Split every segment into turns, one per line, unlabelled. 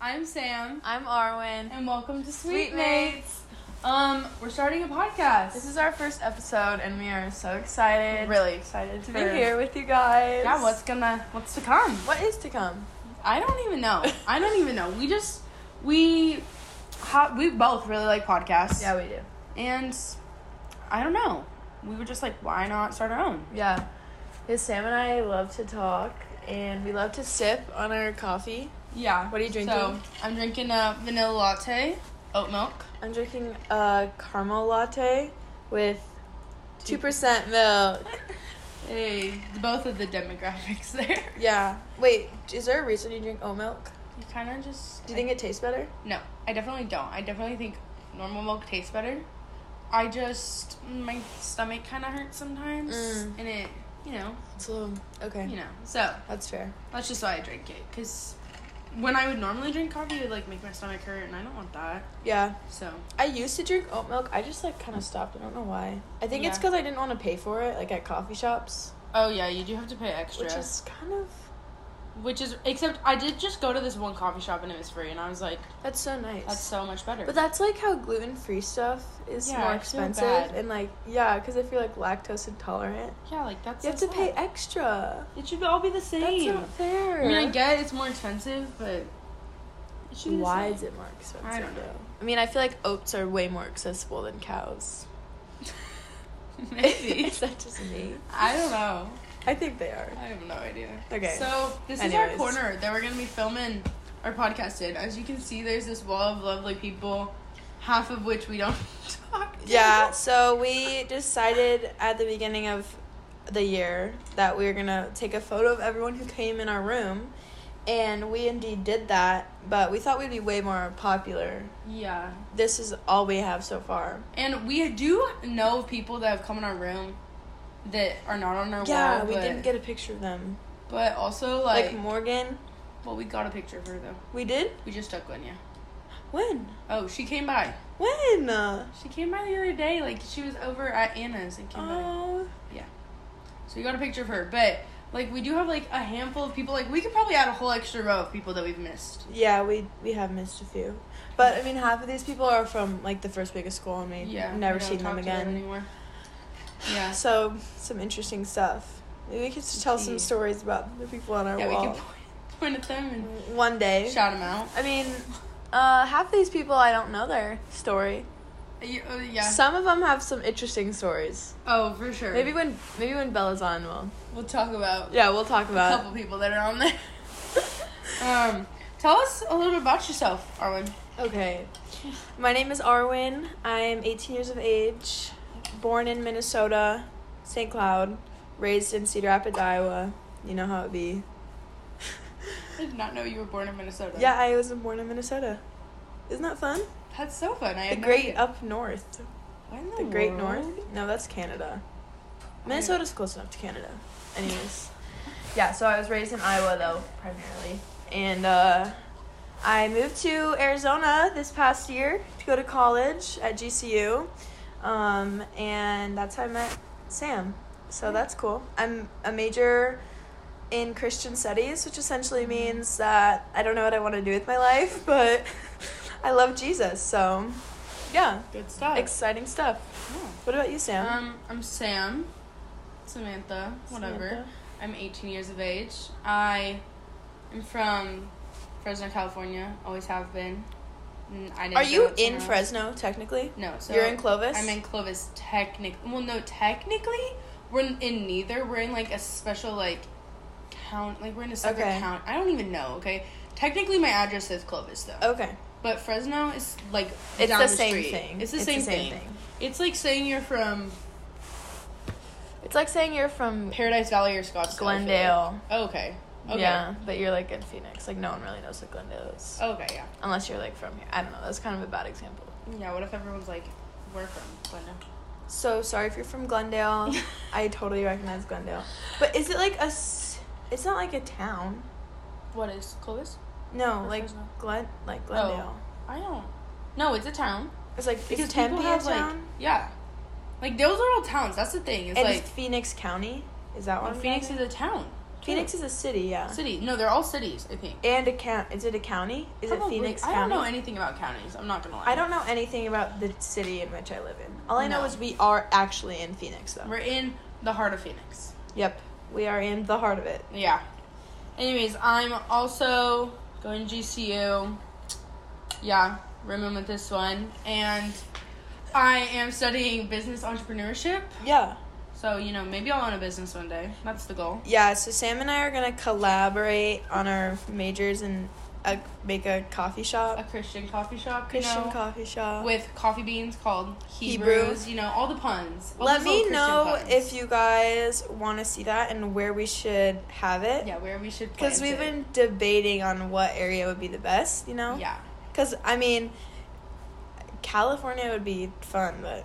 I'm Sam,
I'm Arwen.
and welcome to Sweet Mates. Um, we're starting a podcast.
This is our first episode, and we are so excited.
really excited
To be here with you guys.
Yeah, what's gonna what's to come?
what is to come?
I don't even know. I don't even know. We just we ha- we both really like podcasts.
we do.
And I don't know. We were just like, why not start our own?
Yeah, because Sam and I love to talk, and we love to sip on our coffee.
Yeah.
What are you drinking?
So I'm drinking a vanilla latte, oat milk.
I'm drinking a caramel latte with two percent milk.
Hey, both of the demographics there.
Yeah. Wait, is there a reason you drink oat milk?
You kind of just.
Do you think it tastes better?
No, I definitely don't. I definitely think normal milk tastes better. I just my stomach kind of hurts sometimes,
Mm.
and it, you know,
It's a little okay.
you know. So
That's fair.
that's just why I drink it. Cause when I would normally drink coffee, it would like make my stomach hurt, and I don't want that.
Yeah.
So
I used to drink oat milk. I just like kind of stopped. I don't know why. I think it's
Yeah.
because I didn't want to pay for it, like at coffee shops,
oh yeah, you do have to pay extra,
which is kind of
which is except I did just go to this one coffee shop and it was free, and I was like,
that's so nice.
that's so much better.
but that's like how gluten free stuff is
Yeah,
more
I feel
expensive,
bad.
and like yeah, because if you're like lactose intolerant,
yeah, like that's
you have
so
to pay
sad.
extra.
It should all be the
That's
same.
not fair.
I mean, I get it's more expensive, but it should be the
Why
same.
is it more expensive?
I don't know.
though? I mean, I feel like oats are way more accessible than cows.
Maybe.
is that just me?
I don't know.
I think they are.
I have no idea.
Okay.
So this
Anyways.
is our corner that we're gonna be filming our podcast in. As you can see, there's this wall of lovely people, half of which we don't talk. To.
Yeah, so we decided at the beginning of the year that we were gonna take a photo of everyone who came in our room, and we indeed did that, but we thought we'd be way more popular.
Yeah.
This is all we have so far.
And we do know of people that have come in our room that are not on our
yeah,
wall.
we
but,
didn't get a picture of them.
But also
Like,
like,
Morgan,
well, we got a picture of her though.
we did?
We just took one. Yeah.
When?
Oh, she came by.
When? Uh,
She came by the other day. Like she was over at Anna's and came by.
oh,
So you got a picture of her, but like we do have like a handful of people. Like we could probably add a whole extra row of people that we've missed.
yeah, we we have missed a few, but I mean half of these people are from like the first week of school, and we
Yeah,
have never
we don't
seen them
talk to
again.
anymore. Yeah,
So some interesting stuff. Maybe we could tell some
Indeed.
stories about the people on our
yeah, we
wall
can point, point at them
one day.
and shout them out.
I mean, uh, half these people I don't know their story.
You- oh, yeah.
Some of them have some interesting stories.
oh, for sure.
Maybe when maybe when Bella's on, we'll
we'll talk about
yeah we'll talk
a
about.
couple people that are on there. um, tell us a little bit about yourself, Arwen.
okay, my name is Arwin. I'm 18 years of age, born in Minnesota, St. Cloud, raised in Cedar Rapids, Iowa. You know how it be.
I did not know you were born in Minnesota.
Yeah, I was born in Minnesota. Isn't that fun?
that's so fun.
The
I had no
Great
idea.
Up North.
What in
The Great
world?
North? No, that's Canada. Minnesota's close enough to Canada. Anyways. Yeah, so I was raised in Iowa, though, primarily. And uh, I moved to Arizona this past year to go to college at GCU. Um, and that's how I met Sam. So Hmm. that's cool. I'm a major in Christian studies, which essentially means that I don't know what I want to do with my life, but I love Jesus. So, yeah.
Good stuff.
Exciting stuff.
Yeah.
What about you, Sam?
Um, I'm Sam, Samantha, whatever.
Samantha?
I'm 18 years of age. I am from Fresno, California. Always have been. Mm, I didn't
Are
go
you
to
in
Fresno.
Fresno technically?
No. So
You're in Clovis.
I'm in Clovis. Technically, well, no, technically, we're in, in neither. We're in like a special like count. Like we're in a separate
Okay.
count. I don't even know. Okay. Technically, my address is Clovis though.
Okay,
But Fresno is like
Oh. it's
down
the,
the
same
street.
thing.
It's the same, thing. It's like saying you're from
It's like saying you're from
Paradise Valley or Scottsdale. I feel like.
Glendale.
Okay. Okay.
Yeah, but you're like in Phoenix. Like no one really knows what Glendale is,
Okay, yeah.
unless you're like from here. I don't know. That's kind of a bad example.
Yeah, what if everyone's like, we're from Glendale?
So sorry if you're from Glendale. I totally recognize Glendale. But is it like a? s- It's not like a town.
What is Clovis?
No,
Or
like
Fresno? Oh.
Glen, like Glendale.
I don't. No, it's a town.
It's like
Because
is Tempe
people
a
have
town?
like yeah, like those are all towns. That's the thing. It's
and
like
Phoenix County is that
well,
one?
Phoenix is a town.
Phoenix is a city, yeah.
City. No, they're all cities, I think.
And a count. Is it a county? Is
Probably-
it Phoenix
I
County?
don't know anything about counties. I'm not gonna lie.
I don't know anything about the city in which I live in. All I know
No.
is we are actually in Phoenix, though.
We're in the heart of Phoenix.
Yep, we are in the heart of it.
Yeah. Anyways, I'm also going GCU. Yeah, rimming with this one, and I am studying business entrepreneurship.
Yeah.
So you know, maybe I'll own a business one day. That's the goal.
Yeah, so Sam and I are going to collaborate on our majors and uh, make a coffee
A
shop,
Christian coffee shop,
Christian
you know,
coffee shop.
with coffee beans called
Hebrew.
Hebrews. You know, all the puns. All
Let
those little
me
Christian
know
puns.
if you guys want to see that and where we should have it.
Yeah, where we should.
Because
plant
we've
it.
been debating on what area would be the best, you know?
Yeah.
Because, I mean, California would be fun, but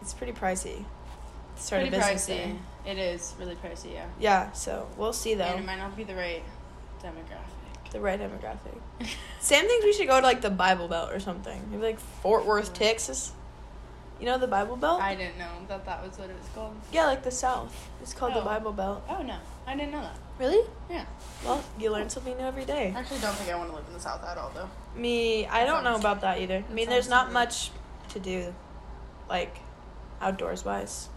it's pretty pricey. to Start
Pretty
a business
pricey.
there.
It is really pricey. Yeah.
Yeah, so we'll see, though.
And it might not be the right demographic.
the right demographic. Sam thinks we should go to, like, the Bible Belt or something. Maybe, like, Fort Worth, Texas. You know the Bible Belt?
Mm. I didn't know that that was what it was called.
yeah, like the South. It's called the
Oh.
Bible Belt.
Oh no, I didn't know that.
Really?
Yeah.
Well, you learn something new every day.
I actually don't think I want to live in the South at all, though.
Me, I
That
don't know
sounds-
about that either. I
that
mean, there's
sounds
not
weird.
much to do, like, outdoors wise.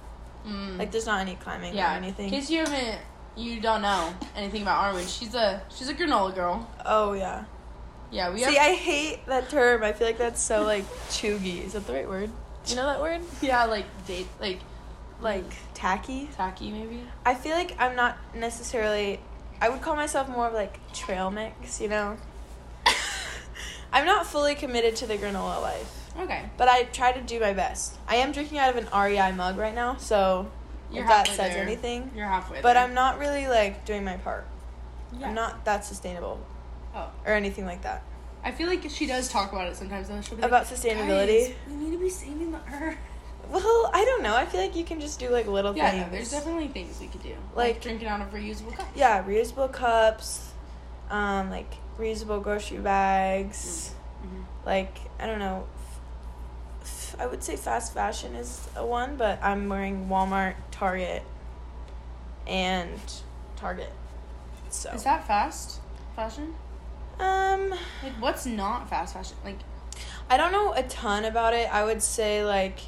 Mm.
Like, there's not any climbing
yeah.
or anything.
In case you haven't, you don't know anything about Arwen. She's a she's a granola girl.
oh yeah.
Yeah, we
See,
have.
I hate that term. I feel like that's so like choogy. Is that the right word? You know that word?
yeah, like date, like
Like tacky.
tacky maybe.
I feel like I'm not necessarily. I would call myself more of like trail mix. You know. I'm not fully committed to the granola life.
Okay.
But I try to do my best. I am drinking out of an REI mug right now, so
You're
if that
halfway
says
there.
anything.
You're halfway.
But
there.
I'm not really like doing my part.
Yeah.
I'm not that sustainable
Oh.
or anything like that.
I feel like she does talk about it sometimes. Though. She'll be like,
About sustainability.
"Guys, we need to be saving the earth.
Well, I don't know. I feel like you can just do like little
Yeah,
things.
no, there's definitely things we could do.
Like-
drinking out of reusable cups.
Yeah, reusable cups, um, like reusable grocery bags.
Mhm.
Like I don't know. F- I would say fast fashion is a one, but I'm wearing Walmart, Target, and Target. So
Is that fast fashion?
um,
Like, what's not fast fashion? Like,
I don't know a ton about it. I would say like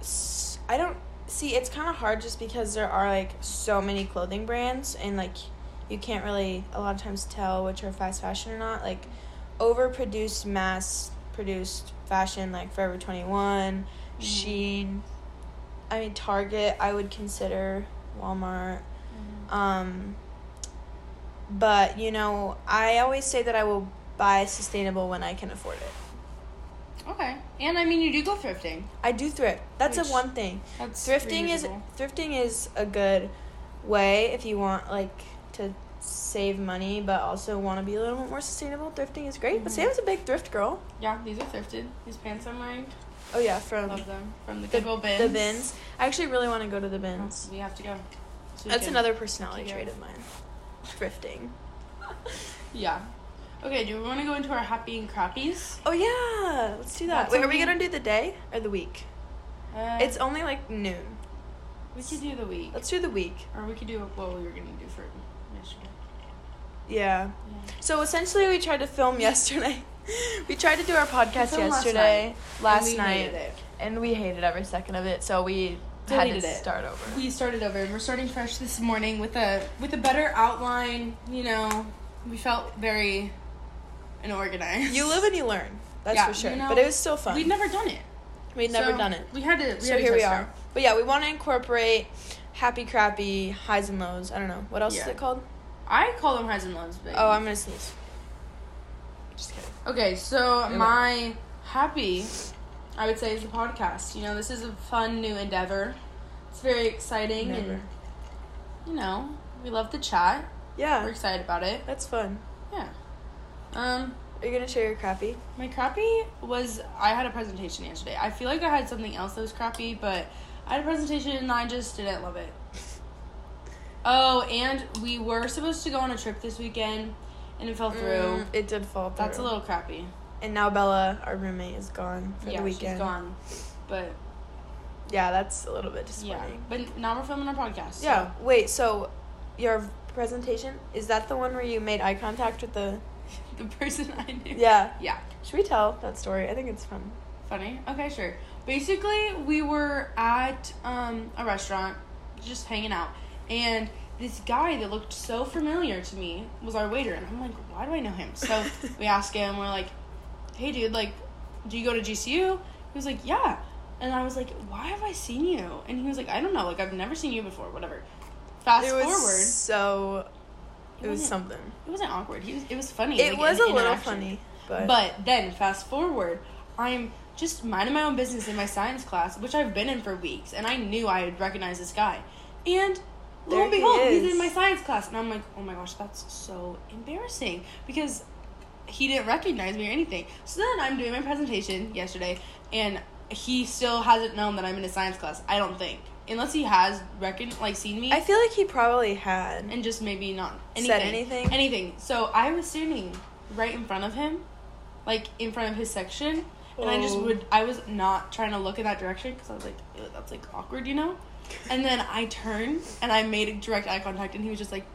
s- I don't see it's kind of hard just because there are like so many clothing brands and like you can't really a lot of times tell which are fast fashion or not. Like overproduced mass produced fashion like Forever 21,
Mhm.
Sheen. I mean Target, I would consider Walmart um, but you know, I always say that I will buy sustainable when I can afford it.
okay. And I mean, you do go thrifting.
I do thrift. That's
Which-
the one thing.
That's
Thrifting is
reusable.
thrifting is a good way if you want like to save money but also want to be a little bit more sustainable. Thrifting is great. But
Mhm.
Sam's a big thrift girl.
yeah. These are thrifted. These pants I'm wearing,
Oh yeah, from
love them from the
the,
Goodwill bins.
the bins. I actually really want to go to the
Oh,
bins.
we have to go. So we
That's
can-
another personality
Yeah.
trait of mine. Thrifting.
Yeah. Okay. Do we want to go into our happy and crappies?
Oh yeah, let's do that.
That's
Wait, are we
only-
gonna do the day or the week?
Uh,
It's only like noon.
we could do the week,
Let's do the week.
or we could do what we were gonna do for yesterday.
Yeah.
Yeah.
So essentially, we tried to film yesterday. we tried to do our podcast
filmed last
yesterday, last
And we
night,
hated it.
and we hated every second of it. So we had
Deleted
to
it.
start over.
We started over, and we're starting fresh this morning with a with a better outline. You know, we felt very unorganized.
You live and you learn. That's
Yeah,
for sure.
you know,
but it was still fun.
We'd never done it.
We'd never
So,
done it.
We had to. We
so
had to
here we
test it
are.
out.
But yeah, we want to incorporate happy, crappy, highs and lows. I don't know what else is
Yeah.
it called.
I call them highs and lows, but
Oh, I'm gonna sneeze. Just kidding.
okay. So
You're
my happy, I would say, is the podcast. You know, this is a fun new endeavor. It's very exciting, and
Never.
you know, we love the chat. We're
Yeah,
excited about it.
that's fun.
Yeah. Um,
Are you gonna share your crappy?
My crappy was I had a presentation yesterday. I feel like I had something else that was crappy, but I had a presentation and I just didn't love it. Oh, and we were supposed to go on a trip this weekend and it fell through.
Mm, it did fall through.
That's a little crappy.
And now Bella, our roommate, is gone for
yeah,
the weekend.
she's gone. But
Yeah, that's a little bit
yeah.
disappointing.
But now we're filming our podcast. so-
Yeah. Wait. So, your presentation is that the one where you made eye contact with the?
the person I knew.
Yeah.
Yeah.
Should we tell that story? I think it's fun.
Funny. Okay, sure. Basically, we were at um, a restaurant, just hanging out, and this guy that looked so familiar to me was our waiter, and I'm like, why do I know him? So we ask him, we're like, hey, dude, like, do you go to GCU? He was like, yeah. And I was like, why have I seen you? And he was like, I don't know, like, I've never seen you before, whatever. Fast
it was
forward,
so. It was
wasn't-
something.
it wasn't awkward. He was, it was funny.
It
like,
was
in
a
the
little
interaction.
funny, but,
But then fast forward, I'm just minding my own business in my science class, which I've been in for weeks, and I knew I had recognized this guy. And lo
There
and
he
behold, he's
is.
in my science class, and I'm like, oh my gosh, that's so embarrassing because he didn't recognize me or anything. So then I'm doing my presentation yesterday, and he still hasn't known that I'm in a science class. I don't think, unless he has recon like seen me
I feel like he probably had.
and just maybe not anything,
Said anything?
anything. So I was standing right in front of him, like in front of his section, and I just
Oh.
would. I was not trying to look in that direction because I was like, "Ew, that's like awkward, you know. And then I turned and I made a direct eye contact, and he was just like,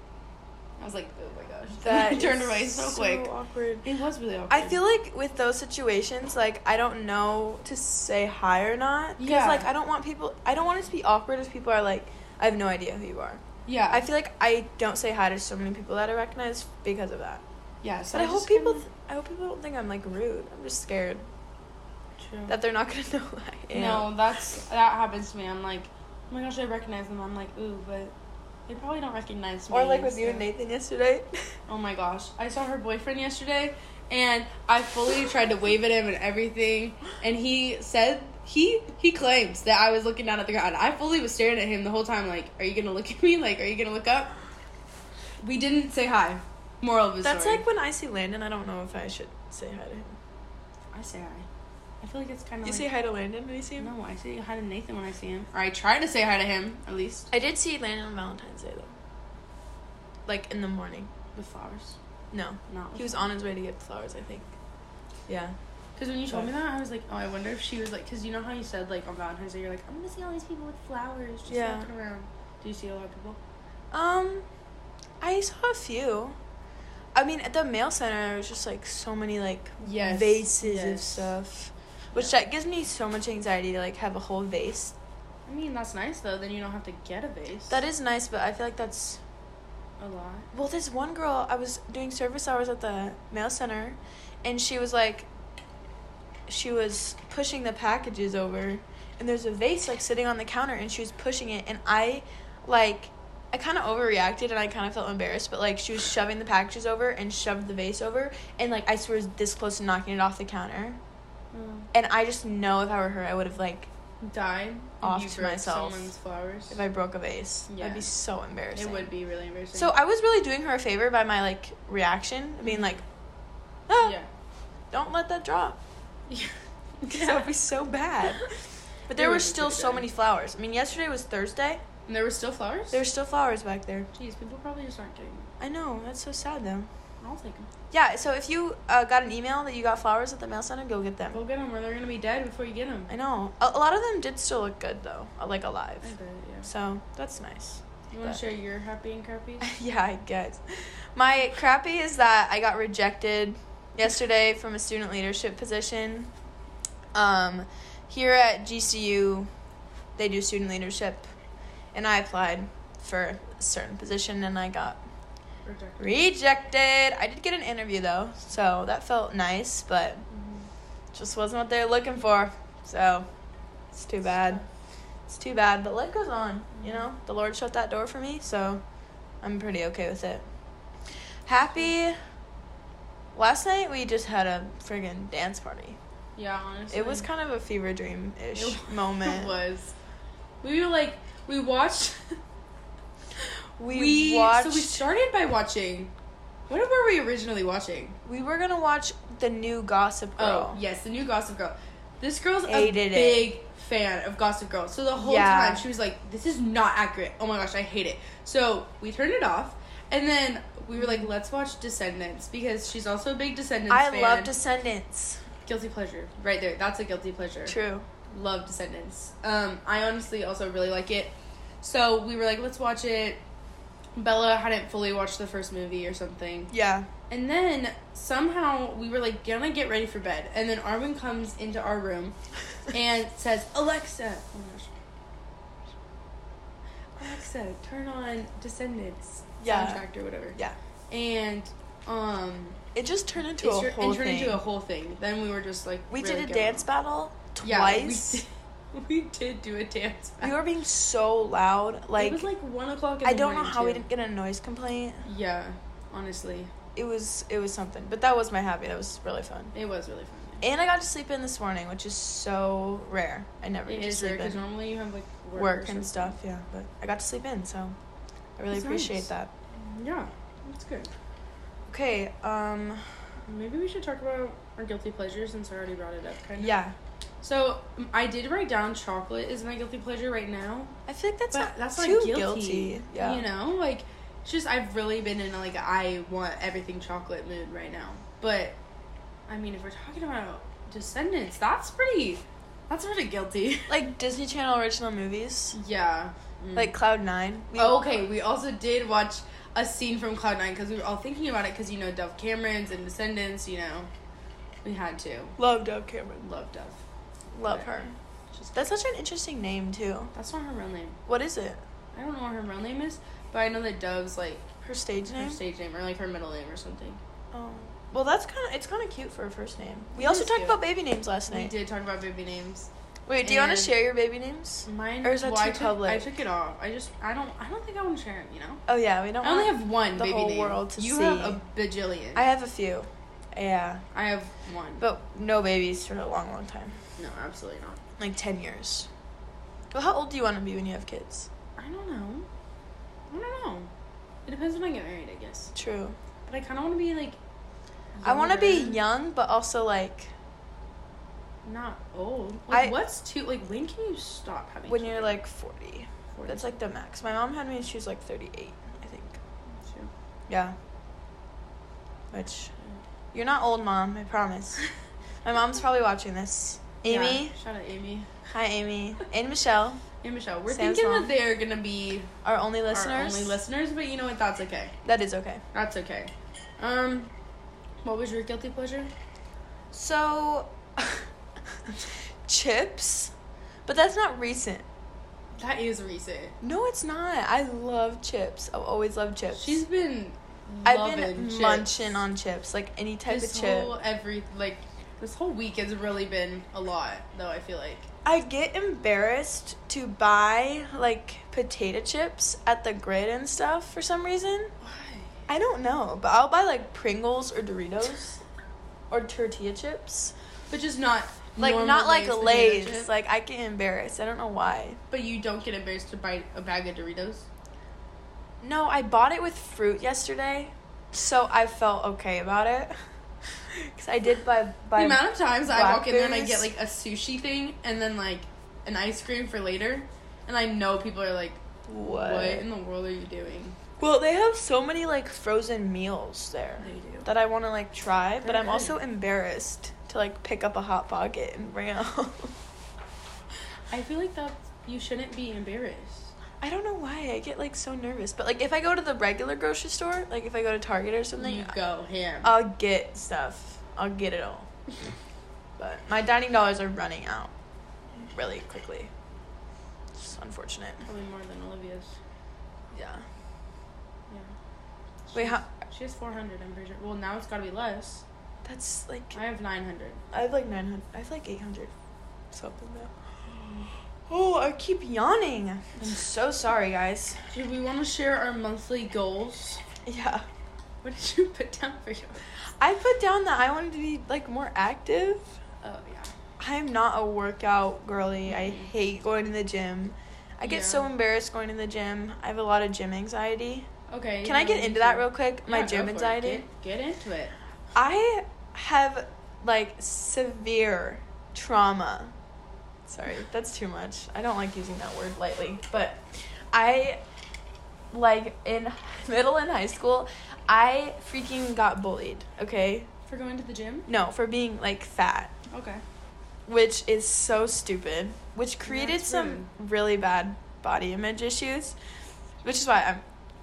I was like, oh my gosh.
that
I turned
is
away so,
so
quick.
Awkward.
It was really awkward.
I feel like with those situations, like I don't know to say hi or not because
Yeah.
like I don't want people. I don't want it to be awkward if people are like, I have no idea who you are.
yeah,
I feel like I don't say hi to so many people that I recognize because of that.
yeah. So
But I, hope
just
people.
kinda-
Th- I hope people don't think I'm like rude. I'm just scared
True.
that they're not gonna know who I am.
No, that's that happens to me. I'm like, oh my gosh, I recognize them. I'm like, ooh, but they probably don't recognize me.
Or like with you and
so-
Nathan yesterday.
Oh my gosh. I saw her boyfriend yesterday and I fully tried to wave at him and everything and he said he he claims that I was looking down at the ground. I fully was staring at him the whole time like, are you going to look at me? Like, are you going to look up? We didn't say hi. Moral of the
That's
story.
like when I see Landon. I don't know if I should say hi to him.
I say hi. I feel like it's kind of
You
like
say hi to Landon when you see him.
No, I say hi to Nathan when I see him. Or I try to say hi to him at least
I did see Landon on Valentine's Day though. Like in the morning.
with flowers.
No.
Not
He was on his way to get flowers, I think. Yeah.
Because when you told me that, I was like, oh, I wonder if she was like, because you know how you said like on Valentine's Day, you're like, I'm gonna see all these people with flowers just
Yeah.
walking around. Do you see a lot of people?
Um I saw a few. I mean at the mail center there was just like so many like
Yes,
vases of
yes.
stuff. Which that gives me so much anxiety to like have a whole vase.
I mean, that's nice though. Then you don't have to get a vase.
That is nice, but I feel like that's
a lot.
Well, this one girl, I was doing service hours at the mail center, and she was like, she was pushing the packages over, and there's a vase like sitting on the counter, and she was pushing it, and I, like, I kind of overreacted and I kind of felt embarrassed, but like she was shoving the packages over and shoved the vase over, and like I swear it was this close to knocking it off the counter, and I just know if I were her, I would have like
Died
Off
you
to
broke
myself.
Someone's flowers.
if I broke a vase, I'd
Yeah.
be so embarrassing.
it would be really embarrassing.
So I was really doing her a favor by my like reaction, being like, ah,
yeah.
don't let that drop.
yeah.
That would be so bad. But there
It would
were
be
still
pretty
so
bad.
many flowers. I mean, yesterday was Thursday.
And there were still flowers.
There were still flowers back there.
Jeez, people probably just aren't getting. Them.
I know. That's so sad, though.
I'll take them.
Yeah. So if you uh, got an email that you got flowers at the mail center, go get them.
Go get them, or they're gonna be dead before you get them.
I know. A, a lot of them did still look good, though. uh, Like alive.
I bet. Yeah.
So that's nice.
You want
But-
to share your happy and crappy?
yeah, I guess. My crappy is that I got rejected yesterday from a student leadership position. Um, here at GCU, they do student leadership, and I applied for a certain position and I got
Rejected.
rejected. I did get an interview though, so that felt nice, but
Mhm.
just wasn't what they were looking for. So it's too bad. It's too bad, but life goes on. You know, the Lord shut that door for me, so I'm pretty okay with it. Happy. Last night we just had a friggin' dance party.
Yeah, honestly.
It was kind of a fever dream ish moment.
It was. We were like, we watched.
We, watched.
So we started by watching. What were we originally watching?
we were gonna watch the new Gossip Girl.
Oh, yes, the new Gossip Girl. This girl's
Hated
a
it.
big fan of Gossip Girl. So the whole
Yeah.
time she was like, this is not accurate. Oh my gosh, I hate it. So we turned it off. And then we were like, let's watch Descendants because she's also a big Descendants
I
fan.
love Descendants.
guilty pleasure. Right there. That's a guilty pleasure.
True.
love Descendants. Um, I honestly also really like it. So we were like, let's watch it. Bella hadn't fully watched the first movie or something.
Yeah.
And then somehow we were like gonna get ready for bed, and then Arvin comes into our room and says, "Alexa, oh my gosh. Alexa, turn on Descendants
Yeah.
soundtrack or whatever."
yeah.
And um,
It just turned into a
it tur-
whole
it turned
thing.
into a whole thing. Then we were just like,
we
really
did a
going
dance
off.
battle
Yeah,
twice.
we, did, we did do a dance.
we
battle.
were being so loud. Like,
it was like one o'clock. In
I
the
don't know
morning,
how we
too.
didn't get a noise complaint.
Yeah, honestly,
It was it was something. But that was my hobby. That was really fun.
it was really fun.
And I got to sleep in this morning, which is so rare. I never
It
get to
is
sleep
because
in
normally you have like work, or
work and
something.
stuff. Yeah, but I got to sleep in, so I really
That's
appreciate
nice.
that.
Yeah, that's good.
Okay. Um.
Maybe we should talk about our guilty pleasure since I already brought it up. Kind of.
Yeah.
So um, I did write down chocolate is my guilty pleasure right now,
I feel like that's
but
not
that's not
too
guilty.
Yeah.
You know, like it's just I've really been in a, like I want everything chocolate mood right now. But I mean, if we're talking about Descendants, that's pretty. That's pretty guilty.
Like Disney Channel original movies,
yeah. Mm.
like Cloud Nine. We-
Oh, okay, we also did watch a scene from Cloud Nine because we were all thinking about it because you know Dove Cameron's and Descendants, you know, we had to
Love Dove Cameron.
love Dove.
Love her.
She's-
That's such an interesting name too.
That's not her real name.
What is it?
I don't know what her real name is, but I know that Dove's like
Her stage name.
her stage name or like her middle name or something.
oh. Well, that's kind of it's kind of cute for a first name. We
It
also
is
talked
cute.
about baby names last
We
night.
did talk about baby names.
Wait, do you want
And- Mm-hmm.
to share your baby names?
Mine
Or is that
well, I
too
took,
public?
I took it off. I just I don't I don't think I want to share it. You know,
Oh yeah, we don't.
I only
want-
have one
the
baby
whole
name.
world to
you
see.
have a bajillion.
I have a few. Yeah,
I have one.
but no babies for a long, long time.
no, absolutely not.
Like ten years. Well, how old do you want to be when you have kids?
I don't know. I don't know. It depends when I get married, I guess.
True.
But I kind of want to be like.
I want to be
younger,
young, but also like
Not old. Like,
I-
what's too like? When can you stop having?
when you're
children?
like forty.
40?
That's like the max. My mom had me when she was like 38, I think.
Sure.
Yeah. Which, you're not old, mom. I promise. My mom's probably watching this.
Yeah,
Amy,
Shout out Amy.
hi Amy, and Michelle,
Hey Michelle, we're
Sam's
thinking
mom.
that they're gonna be
our only listeners.
our only listeners, but you know what? That's okay.
that is okay.
That's okay. Um, what was your guilty pleasure?
So, chips, but that's not recent.
That is recent.
No, it's not. I love chips. I've always loved chips.
She's been.
I've
loving
been
chips.
munching on chips, like any type
this
of chip.
whole every like this whole week has really been a lot though. I feel like.
I get embarrassed to buy like potato chips at the grid and stuff for some reason.
Why?
I don't know, but I'll buy like Pringles or Doritos or tortilla chips.
But just not
Like
normal
not like
potato
Lay's.
chips.
Like I get embarrassed. I don't know why.
but you don't get embarrassed to buy a bag of Doritos.
No, I bought it with fruit yesterday, so I felt okay about it. Cause I did buy buy
the amount of times I walk in there and I get
blackberries.
like a sushi thing and then like an ice cream for later, and I know people are like, "What, in the world are you doing?"
Well, they have so many like frozen meals there.
do.
that I want to like try, but
They're
I'm
good.
also embarrassed to like pick up a hot pocket and bring it home.
I feel like that you shouldn't be embarrassed.
I don't know why I get like so nervous, but like if I go to the regular grocery store, like if I go to Target or something, Uh,
you go ham.
I'll get stuff. I'll get it all. But my dining dollars are running out really quickly. It's unfortunate.
Probably more than Olivia's.
Yeah.
Yeah.
Wait, how?
She has 400, I'm pretty sure. Well, now it's gotta be less.
That's like
I have 900.
I have like nine hundred. I have like eight hundred something now. Oh, I keep yawning. I'm so sorry, guys.
Do we wanna share our monthly goals?
Yeah.
What did you put down for your.
I put down that I wanted to be like more active.
Oh, yeah.
I'm not a workout girly. I
Mhm.
hate going to the gym. I get so
Yeah.
embarrassed going to the gym. I have a lot of gym anxiety.
Okay.
Can I get into that real quick? My gym anxiety.
anxiety. Get, get into it.
I have like severe trauma. Sorry, that's too much. I don't like using that word lightly, but I like in middle and high school, I freaking got bullied, okay?
For going to the gym?
No, for being like fat.
Okay.
which is so stupid, which created
it's
some really bad body image issues, which is why I'm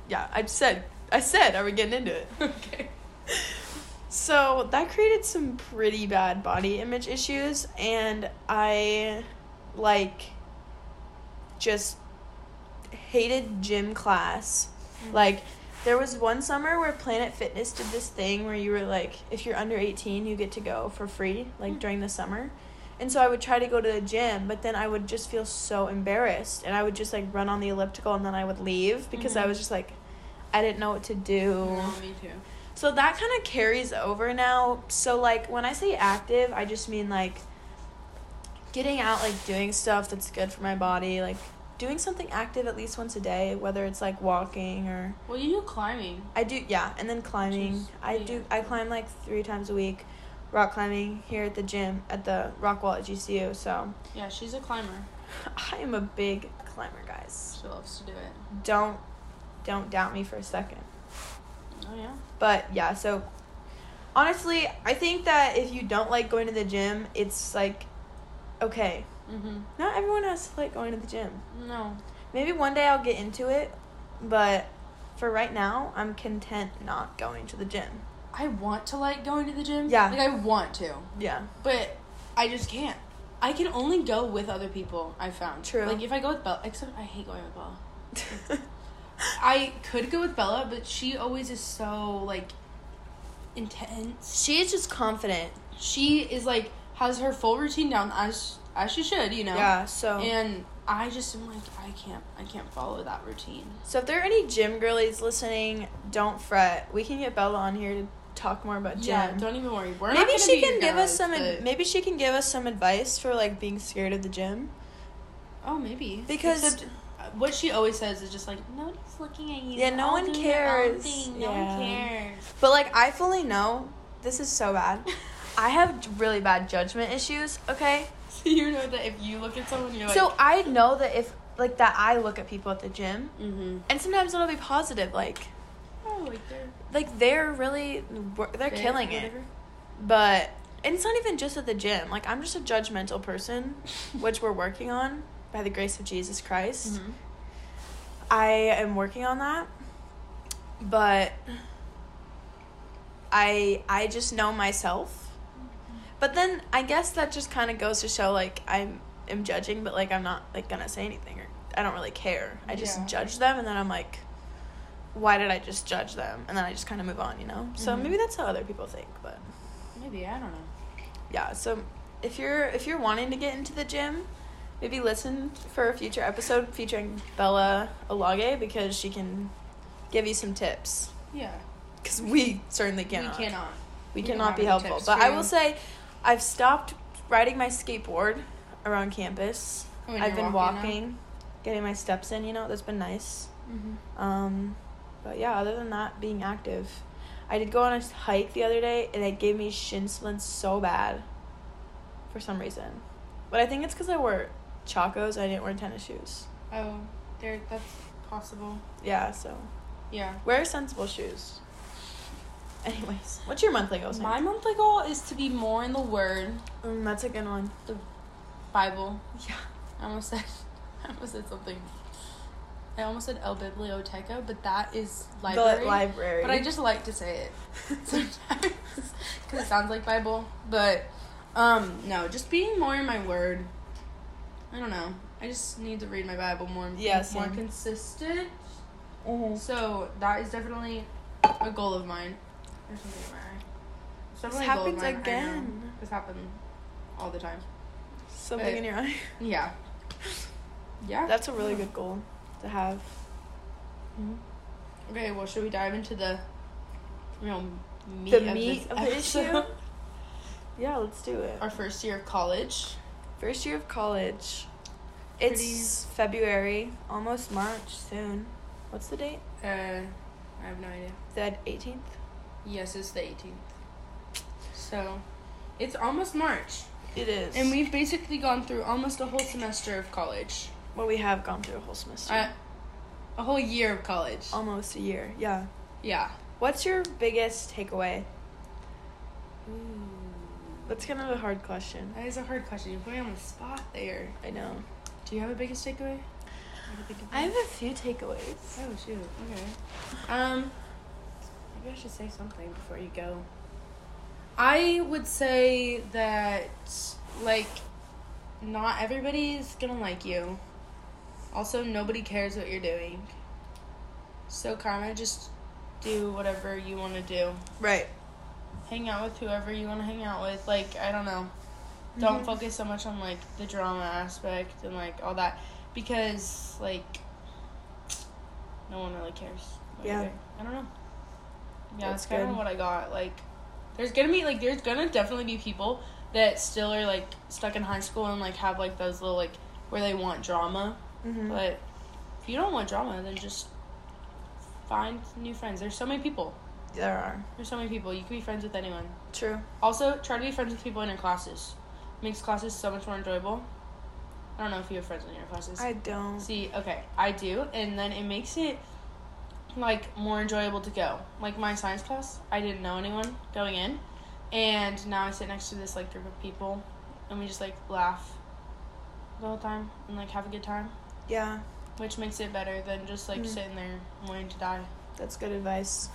yeah, I said, I said, are we getting into it?
Okay.
So that created some pretty bad body image issues, and I like just hated gym class.
Mm.
Like, there was one summer where Planet Fitness did this thing where you were like, if you're under 18, you get to go for free, like during the summer. And so I would try to go to the gym, but then I would just feel so embarrassed, and I would just like run on the elliptical and then I would leave because I
Mhm.
was just like, I didn't know what to do.
No, me too.
So that kind of carries over now. So like when I say active, I just mean like getting out, like doing stuff that's good for my body, like doing something active at least once a day, whether it's like walking or
Well, you do climbing.
I do yeah, and then climbing.
Just-
I
yeah.
do I climb like 3 times a week. Rock climbing here at the gym at the rock wall at GCU. So
Yeah, she's a climber.
I am a big climber, guys.
She loves to do it.
Don't don't doubt me for a second.
Oh yeah.
But yeah, so honestly, I think that if you don't like going to the gym, it's like okay.
Mhm.
Not everyone has to like going to the gym.
No.
Maybe one day I'll get into it, but for right now, I'm content not going to the gym.
I want to like going to the gym.
Yeah.
Like I want to,
Yeah.
but I just can't. I can only go with other people. I found
True.
Like if I go with Bella, except I hate going with Bella. I could go with Bella, but she always is so like intense.
she is just confident.
She is like has her full routine down as as she should, you know.
Yeah, so
And I just am like I can't I can't follow that routine.
so if there are any gym girlies listening, don't fret. We can get Bella on here to talk more about gym.
Yeah, don't even worry. We're not
maybe
gonna
she
be
can
your
give us
guys,
some. ad-
but-
maybe she can give us some advice for like being scared of the gym.
oh, maybe
Because-
Except, uh, what she always says is just like nobody's looking at you.
Yeah, no
All
one
doing their own
cares.
thing. No one
Yeah.
cares.
But like, I fully know this is so bad. I have really bad judgment issues. Okay,
so you know that if you look at someone, you're like,
so I know that if like that, I look at people at the gym,
mm-hmm.
and sometimes it'll be positive. Like,
oh, like they're
like they're really wor- they're
fit,
killing it.
whatever.
But and it's not even just at the gym. Like I'm just a judgmental person, which we're working on by the grace of Jesus Christ.
Mhm.
I am working on that, but I I just know myself. But then I guess that just kind of goes to show like I'm am judging, but like I'm not like gonna say anything or I don't really care. I just
Yeah.
judge them, and then I'm like, why did I just judge them? And then I just kind of move on, you know. So
Mhm.
maybe that's how other people think, but
Maybe I don't know.
yeah. So if you're if you're wanting to get into the gym. Maybe listen for a future episode featuring Bella Alage because she can give you some tips.
Yeah,
Because we certainly cannot.
we cannot.
We
We
cannot
don't
be
have any
helpful.
tips
But
for
I
you.
will say, I've stopped riding my skateboard around campus.
When
I've
you're
been
walking
walking, getting my steps in. You know, that's been nice.
Mhm.
Um, but yeah, other than that, being active. I did go on a hike the other day, and it gave me shin splints so bad. For some reason, but I think it's because I wore chacos. I didn't wear tennis shoes.
Oh, there. That's possible.
Yeah, so
Yeah.
wear sensible shoes. Anyways, what's your monthly goal? Sam?
My monthly goal is to be more in the Word,
Mm, that's a good one.
Bible.
Yeah.
I almost said, I almost said something. I almost said El Biblioteca, but that is library.
The library.
But I just like to say it sometimes because it sounds like Bible. But um, no, just being more in my word. I don't know. I just need to read my Bible more. and be
Yeah,
more
same.
consistent.
Mhm.
So that is definitely a goal of mine. There's something in my eye.
This
It's definitely a goal of
happens
mine, I know.
again.
This happened all the time.
Something
But-
in your eye.
Yeah. Yeah.
That's a really good goal to have.
Mm-hmm. Okay, well, should we dive into the real meat
The
of this
meat of the
episode?
issue? Yeah, let's do it.
Our first year of college.
First year of college.
Pretty-
It's February, almost March soon. What's the date?
Uh, I have no idea.
The 18th?
Yes, it's the 18th. So, it's almost March.
It is.
And we've basically gone through almost a whole semester of college.
well, we have gone through a whole semester.
Uh, a whole year of college.
almost a year. Yeah.
Yeah.
What's your biggest takeaway? That's kind of a hard question.
That is a hard question. You put me on the spot there.
I know.
Do you have a biggest takeaway? trying to think of.
I have
one.
a few takeaways.
Oh shoot. Okay. Um, maybe I should say something before you go. I would say that like, not everybody's gonna like you. Also, nobody cares what you're doing. So kind of just do whatever you want to do.
Right.
Hang out with whoever you want to hang out with. Like I don't know. Don't
Mhm.
focus so much on like the drama aspect and like all that because like no one really cares. about
Yeah.
it. I don't know. Yeah,
That's
that's, kind
good.
of what I got. Like, there's gonna be like there's gonna definitely be people that still are like stuck in high school and like have like those little like where they want drama.
Mm-hmm.
But if you don't want drama, then just find new friends. There's so many people.
there are.
There's so many people. You can be friends with anyone.
True.
Also, try to be friends with people in your classes. Makes classes so much more enjoyable. I don't know if you have friends in your classes.
I don't.
See, okay, I do, and then it makes it like more enjoyable to go. Like my science class, I didn't know anyone going in, and now I sit next to this like group of people, and we just like laugh the whole time and like have a good time,
Yeah,
which makes it better than just like
Mm.
sitting there wanting to die.
that's good advice.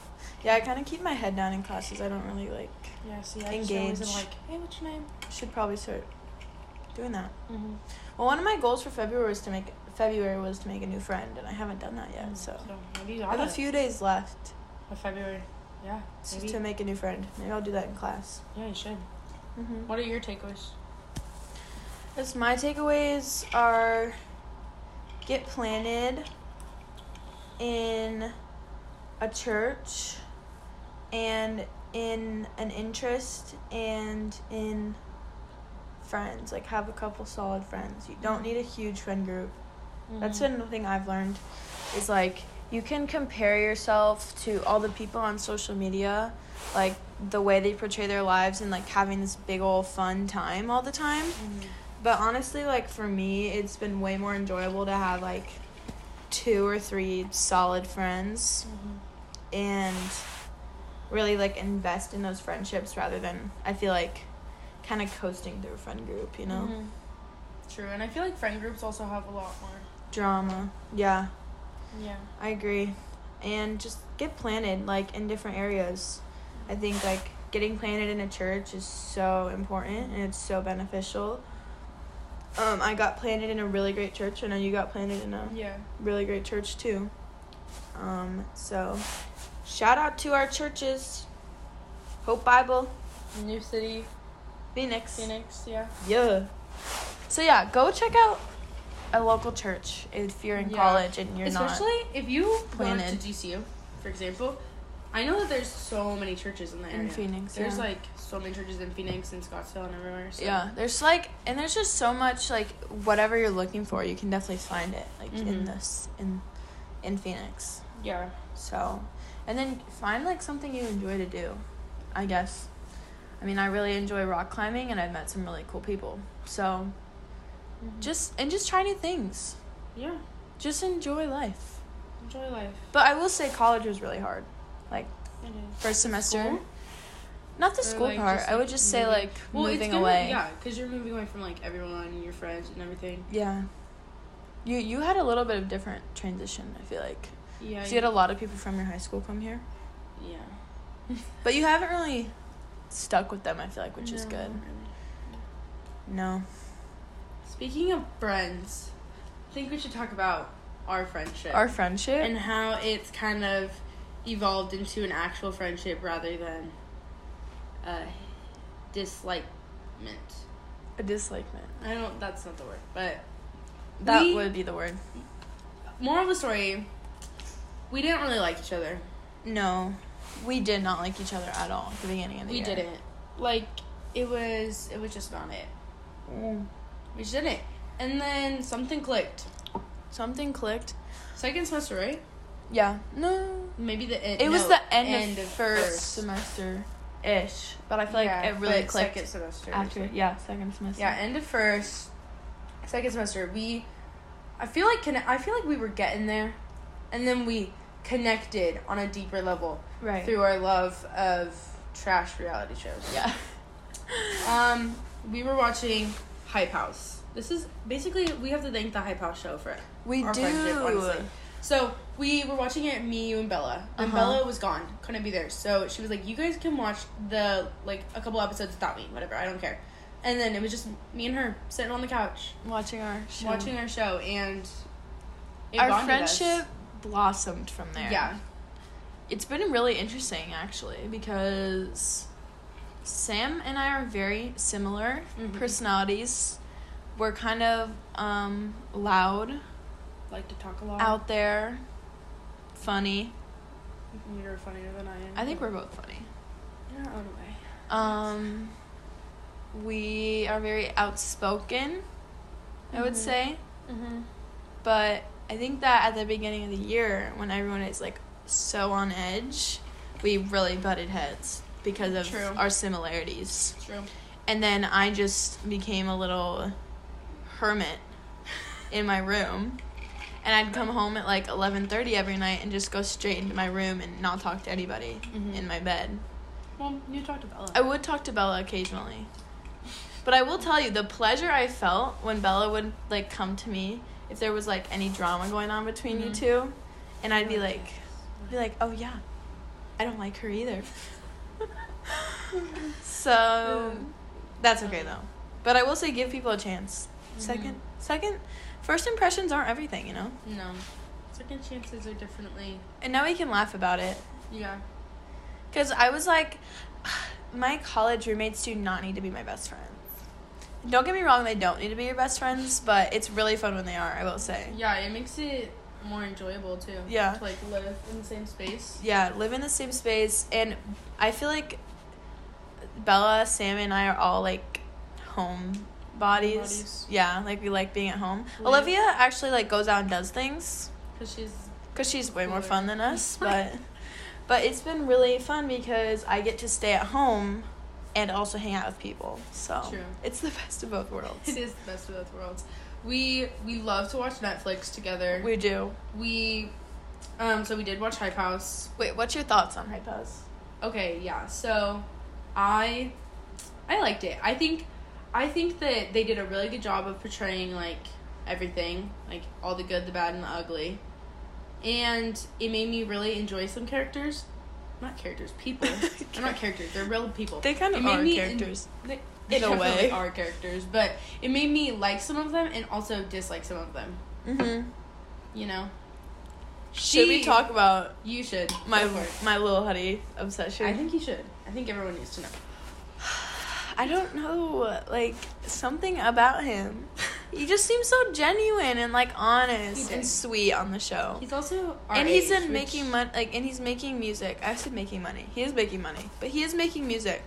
Yeah, I kind of keep my head down in classes. I don't really like.
Yeah, see, I just always am
Engage.
like, hey, what's your name?
Should probably start doing that.
Mm-hmm.
Well, one of my goals for February was to make February was to make a new friend, and I haven't done that yet. Mm, So
maybe you
I
Mm, got
have a
it.
few days left
By February. Yeah,
s-
maybe.
to make a new friend. Maybe I'll do that in class.
yeah, you should.
Mm-hmm.
What are your takeaways?
Yes, my takeaways are get planted in a church and in an interest and in friends. Like have a couple solid friends. You
Mm-hmm.
don't need a huge friend group. That's
Mhm.
been the thing I've learned is like you can compare yourself to all the people on social media, like the way they portray their lives and like having this big old fun time all the time.
Mhm.
But honestly, like for me, it's been way more enjoyable to have like two or three solid friends
Mhm.
and really like invest in those friendships rather than I feel like kind of coasting through a friend group, you know?
Mhm. True, and I feel like friend groups also have a lot more.
Drama. Yeah,
Yeah.
I agree. And just get planted like in different areas. I think like getting planted in a church is so important and it's so beneficial. Um, I got planted in a really great church. I know you got planted in a
Yeah.
really great church too. Um, so shout out to our churches. Hope Bible,
New City,
Phoenix.
Phoenix, yeah.
Yeah. So yeah, go check out a local church if you're in
Yeah.
college and you're
Especially if you go to
planted.
GCU, for example. I know that there's so many churches in the
not
area.
in Phoenix.
There's
yeah.
like so many churches in Phoenix and Scottsdale and everywhere. So.
yeah, there's like and there's just so much like whatever you're looking for, you can definitely find it like in
Mhm.
this in in Phoenix.
Yeah.
So, and then find like something you enjoy to do. I guess. I mean, I really enjoy rock climbing, and I've met some really cool people. So
Mhm.
just and just try new things.
yeah.
Just enjoy life.
Enjoy life.
But I will say, college was really hard.
It is.
First semester.
school?
Not the
Or,
school
like,
part.
just,
I
like,
would just say
moving-
like
Well, it's
moving
gonna,
away.
Yeah, because you're moving away from like everyone and your friends and everything.
Yeah. You you had a little bit of different transition. I feel like.
Yeah.
'Cause you had a lot of people from your high school come here,
yeah.
but you haven't really stuck with them. I feel like, which is
No,
good.
not really.
No.
Speaking of friends, I think we should talk about our friendship
Our friendship.
and how it's kind of evolved into an actual friendship rather than a dislikement.
A dislikement.
I don't. That's not the word, but
That
We-
would be the word.
moral of the story: we didn't really like each other.
No, we did not like each other at all at the beginning of the
We
year.
didn't like. It was. It was just not it.
Mm.
We just didn't. And then something clicked.
Something clicked.
Second semester, right?
Yeah. No.
Maybe the end.
It was
no,
the end, of, first,
first.
semester ish, but I feel like
Yeah,
it really
but
clicked
second semester.
after. Yeah, second semester.
Yeah, end of first, second semester. We, I feel like can I feel like we were getting there, and then we connected on a deeper level
right.
through our love of trash reality shows.
Yeah.
Um, we were watching Hype House. This is basically we have to thank the Hype House show for it.
We
Our
do.
friendship, honestly. So we were watching it, me, you, and Bella. And
Uh-huh.
Bella was gone, couldn't be there. So she was like, "You guys can watch the like a couple episodes without me, whatever. I don't care." And then it was just me and her sitting on the couch
Watching our show.
watching our show, and it
our
bonded us.
friendship blossomed from there.
Yeah,
It's been really interesting actually because Sam and I are very similar
Mhm.
personalities. We're kind of um, loud,
like to talk a lot.
out there, funny.
You're funnier than I am.
I think we're both funny.
You're out of the way.
Um, we are very outspoken, I would
Mhm.
say.
Mm-hmm.
But I think that at the beginning of the year, when everyone is like so on edge, we really butted heads because of
True.
our similarities.
True.
And then I just became a little hermit in my room. And I'd come home at like 11:30 every night and just go straight into my room and not talk to anybody
Mhm.
in my bed.
Well, you talked to Bella.
Mm-hmm. I would talk to Bella occasionally. But I will tell you the pleasure I felt when Bella would like come to me if there was like any drama going on between you
Mhm.
two and I'd be like be like, "Oh yeah. I don't like her either." so that's okay though. But I will say give people a chance. 2nd second first impressions aren't everything, you know.
no. Second chances are definitely.
And now we can laugh about it
Yeah.
Because I was like, my college roommates do not need to be my best friends. Don't get me wrong, they don't need to be your best friends, but it's really fun when they are, I will say.
Yeah, it makes it more enjoyable too.
Yeah.
To like live in the same space.
Yeah, live in the same space, and I feel like Bella, Sam, and I are all like home bodies.
Homebodies.
Yeah, like we like being at home.
Live.
Olivia actually like goes out and does things.
Cause she's
because she's way more
Cooler.
fun than us but but it's been really fun because i get to stay at home and also hang out with people so
True.
it's the best of both worlds
it is the best of both worlds. We we love to watch Netflix together. We,
we do
um so we did watch Hype House.
wait what's your thoughts on hypos
Okay, yeah. So I I liked it. I think I think that they did a really good job of portraying like everything, like all the good, the bad, and the ugly. And it made me really enjoy some characters. Not characters, people. they're not characters, they're real people.
they kind of
It made
are
me en-
characters
They,
In a
definitely
way.
are characters, but it made me like some of them and also dislike some of them.
mm-hmm.
You know,
should we
She-
talk about
you should.
my
go for it.
my little honey obsession
I think you should. I think everyone needs to know.
I don't know like something about him he just seems so genuine and like honest
He
and
did.
sweet on the show
He's also our
and he's
age,
in
which-
making money like and he's making music i said making money he is making money but he is making music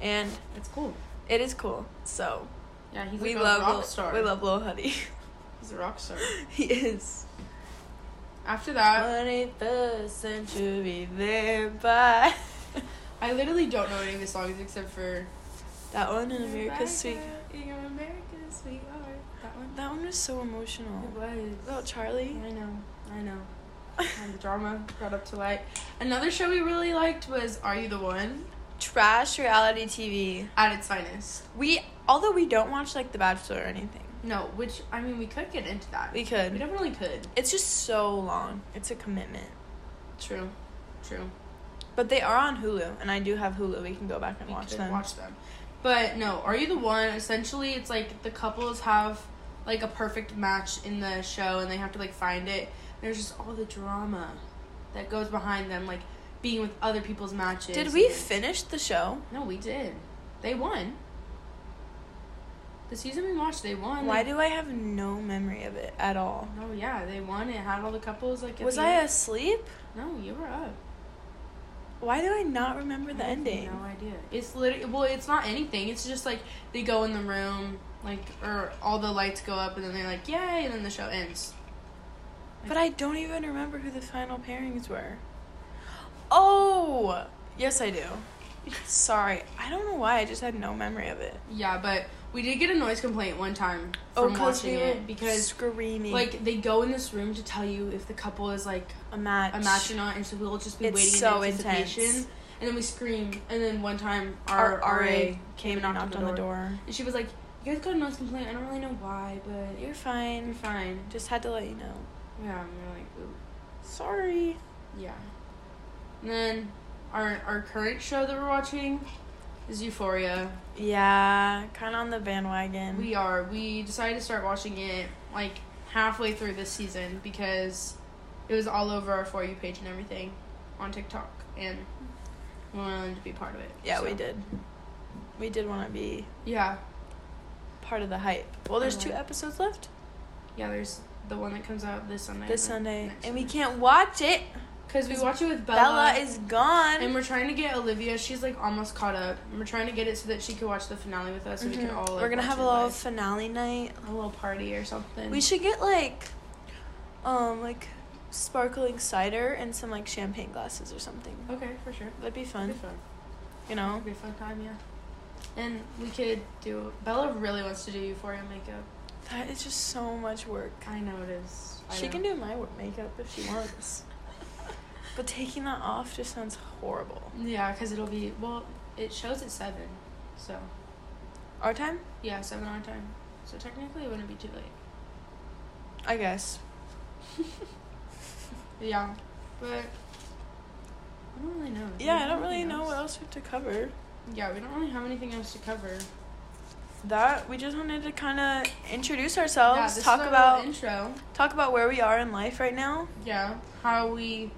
and
It's cool.
it is cool so
Yeah, he's
we
like
love
a rock
Lil-
star.
we love lil huddy
He's a rock star.
he is
After that,
21st century there by
I literally don't know any of the songs except for
that one in america's sweet
You're America's sweetheart. That one.
that one was so emotional
It was.
about charlie
I know. I know. And the drama brought up to light. Another show we really liked was Are You the One?
trash reality tv
At its finest.
we although we don't watch like the bachelor or anything
No, which I mean we could get into that.
we
We
could
definitely could.
it's just so long it's a commitment
True. True.
But they are on Hulu, and I do have Hulu. We can go back and
We
watch
could
them.
Watch them. But no, Are You the One? Essentially, it's like the couples have like a perfect match in the show, and they have to like find it. There's just all the drama that goes behind them, like being with other people's matches.
Did we
and-
finish the show?
no, we did. They won. The season we watched, they won.
Why
They-
do I have no memory of it at all?
Oh yeah, they won. It had all the couples like. at
Was
the
I
end.
asleep?
No, you were up.
Why do I not remember the
I have
ending?
No idea. It's literally well, it's not anything. It's just like they go in the room, like or all the lights go up, and then they're like, "Yay!" and then the show ends.
But I don't even remember who the final pairings were. Oh, yes, I do. Sorry, I don't know why. I just had no memory of it.
Yeah, but we did get a noise complaint one time
Oh,
from watching it because
screaming
like they go in this room to tell you if the couple is like
a match.
a match or not, and so we'll just be
It's
waiting
so
in
intense.
anticipation. And then we scream, and then one time
Our
our,
RA
RA
came and knocked on the door.
And she was like, You guys got a nose complaint. I don't really know why, but
You're
you're
fine.
fine.
Just had to let you know.
Yeah, and we're like, ooh,
Sorry.
yeah. And then our our current show that we're watching is Euphoria.
Yeah, kind of on the bandwagon.
We are. We decided to start watching it like halfway through this season because it was all over our for you page and everything on TikTok, and we wanted to be part of it.
yeah,
so.
we did. We did want to be
Yeah,
part of the hype. Well, there's two
Mhm.
episodes left
yeah. There's the one that comes out this Sunday.
this Sunday, and we can't watch it.
because we watch it with Bella.
Bella is gone.
uh, and we're trying to get Olivia. She's like almost caught up. And we're trying to get it so that she could watch the finale with us, and we
Mhm.
can all. Like,
We're gonna
watch
have
it
a little
live.
finale night.
a little party or something.
We should get like, um, like sparkling cider and some like champagne glasses or something.
Okay, for sure.
That'd be
It'd
fun,
be fun.
you know.
It'd be a fun time, yeah. And we could do. Bella really wants to do Euphoria makeup.
That is just so much work.
I know it is. I
She
know.
can do my work makeup if she wants, but taking that off just sounds horrible.
Yeah, because it'll be well. It shows at seven, so
Our time,
yeah, seven hour time. So technically, it wouldn't be too late.
I guess.
Yeah, but I don't really know. Do we
Yeah, I
have
don't really
anything
know what else we have to cover.
Yeah, we don't really have anything else to cover.
That we just wanted to kind of introduce
yeah,
ourselves,
this is our
talk
little
about
intro.
talk about where we are in life right now.
Yeah, how we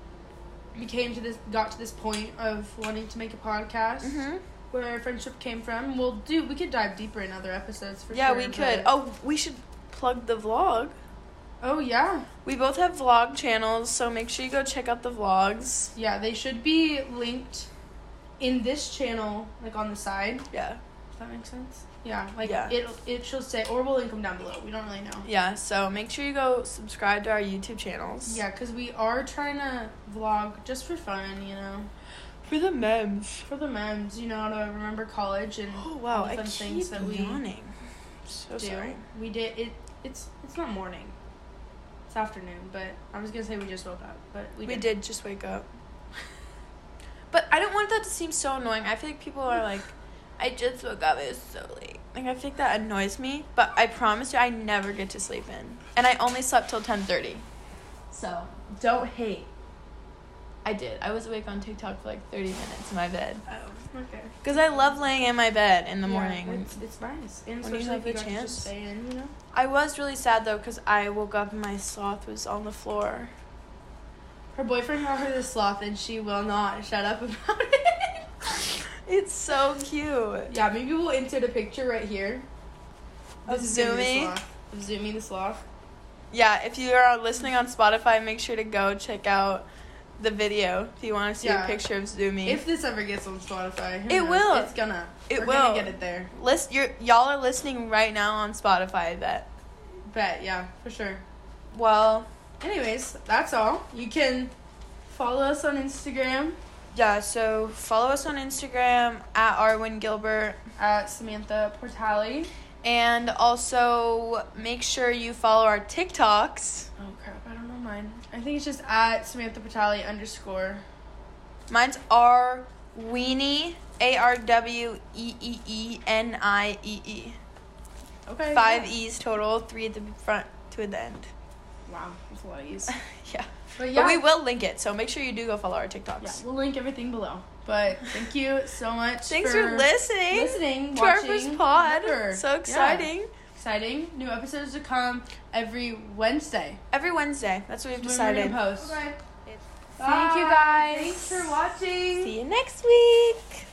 we came to this, got to this point of wanting to make a podcast.
Mm-hmm.
Where our friendship came from. We'll do. We could dive deeper in other episodes for
Yeah,
sure.
we could.
but-
Oh, we should plug the vlog.
oh yeah.
We both have vlog channels, so make sure you go check out the vlogs.
Yeah, they should be linked in this channel, like on the side.
Yeah.
If that makes sense. Yeah, like
Yeah.
it it should say, or we'll link them down below. We don't really know.
Yeah, so make sure you go subscribe to our YouTube channels.
Yeah, because we are trying to vlog just for fun, you know,
For the memes.
for the memes, you know, to remember college and
Oh wow,
All
I
the fun
keep
things that we
yawning. I'm so
do.
sorry.
We did it. It's it's not morning. It's afternoon, but I was gonna say we just woke up, but we,
We, did. just wake up. but I don't want that to seem so annoying. I feel like people are like, I just woke up. It was so late. Like I feel like that annoys me. But I promise you, I never get to sleep in, and I only slept till ten thirty. So don't hate. I did. I was awake on TikTok for like thirty minutes in my bed
Oh, okay.
because I love laying in my bed in the
Yeah,
morning.
it's, it's nice, and
When you
especially
have
if you
the
got to
chance.
just stay in, you know.
I was really sad though because I woke up and my sloth was on the floor.
Her boyfriend got her the sloth, and she will not shut up about it.
It's so cute.
yeah, maybe we'll insert a picture right here.
Of
This is gonna be the
Zumi?
sloth. Of Zumi the sloth.
Yeah, if you are listening on Spotify, make sure to go check out the video if you want to see
Yeah.
a picture of Zoomy.
If this ever gets on Spotify, who
It
knows?
will.
It's gonna.
It
We're gonna
will.
get it there.
List you y'all are listening right now on Spotify. That
Bet, yeah, for sure.
well,
Anyways, that's all. You can follow us on Instagram
yeah. So follow us on Instagram at Arwin Gilbert,
at Samantha Portali.
and also make sure you follow our TikToks.
Oh crap, I don't know mine. I think it's just at Samantha Portali underscore.
Mine's R Weenie A R W E E E N I E E.
Okay.
Five e-
yeah.
E's total, three at the front, two at the end.
Wow, that's a lot of E's.
yeah.
But yeah,
But we will link it, so make sure you do go follow our TikToks.
yeah, we'll link everything below. But thank you so much.
Thanks for, listening,
listening
to our
watching,
first pod.
whatever.
So
Yeah.
exciting.
Exciting. New episodes to come every Wednesday.
Every Wednesday. That's what we've
That's when we're
decided.
gonna post.
Thank you
Bye.
guys.
Thanks for watching.
See you next week.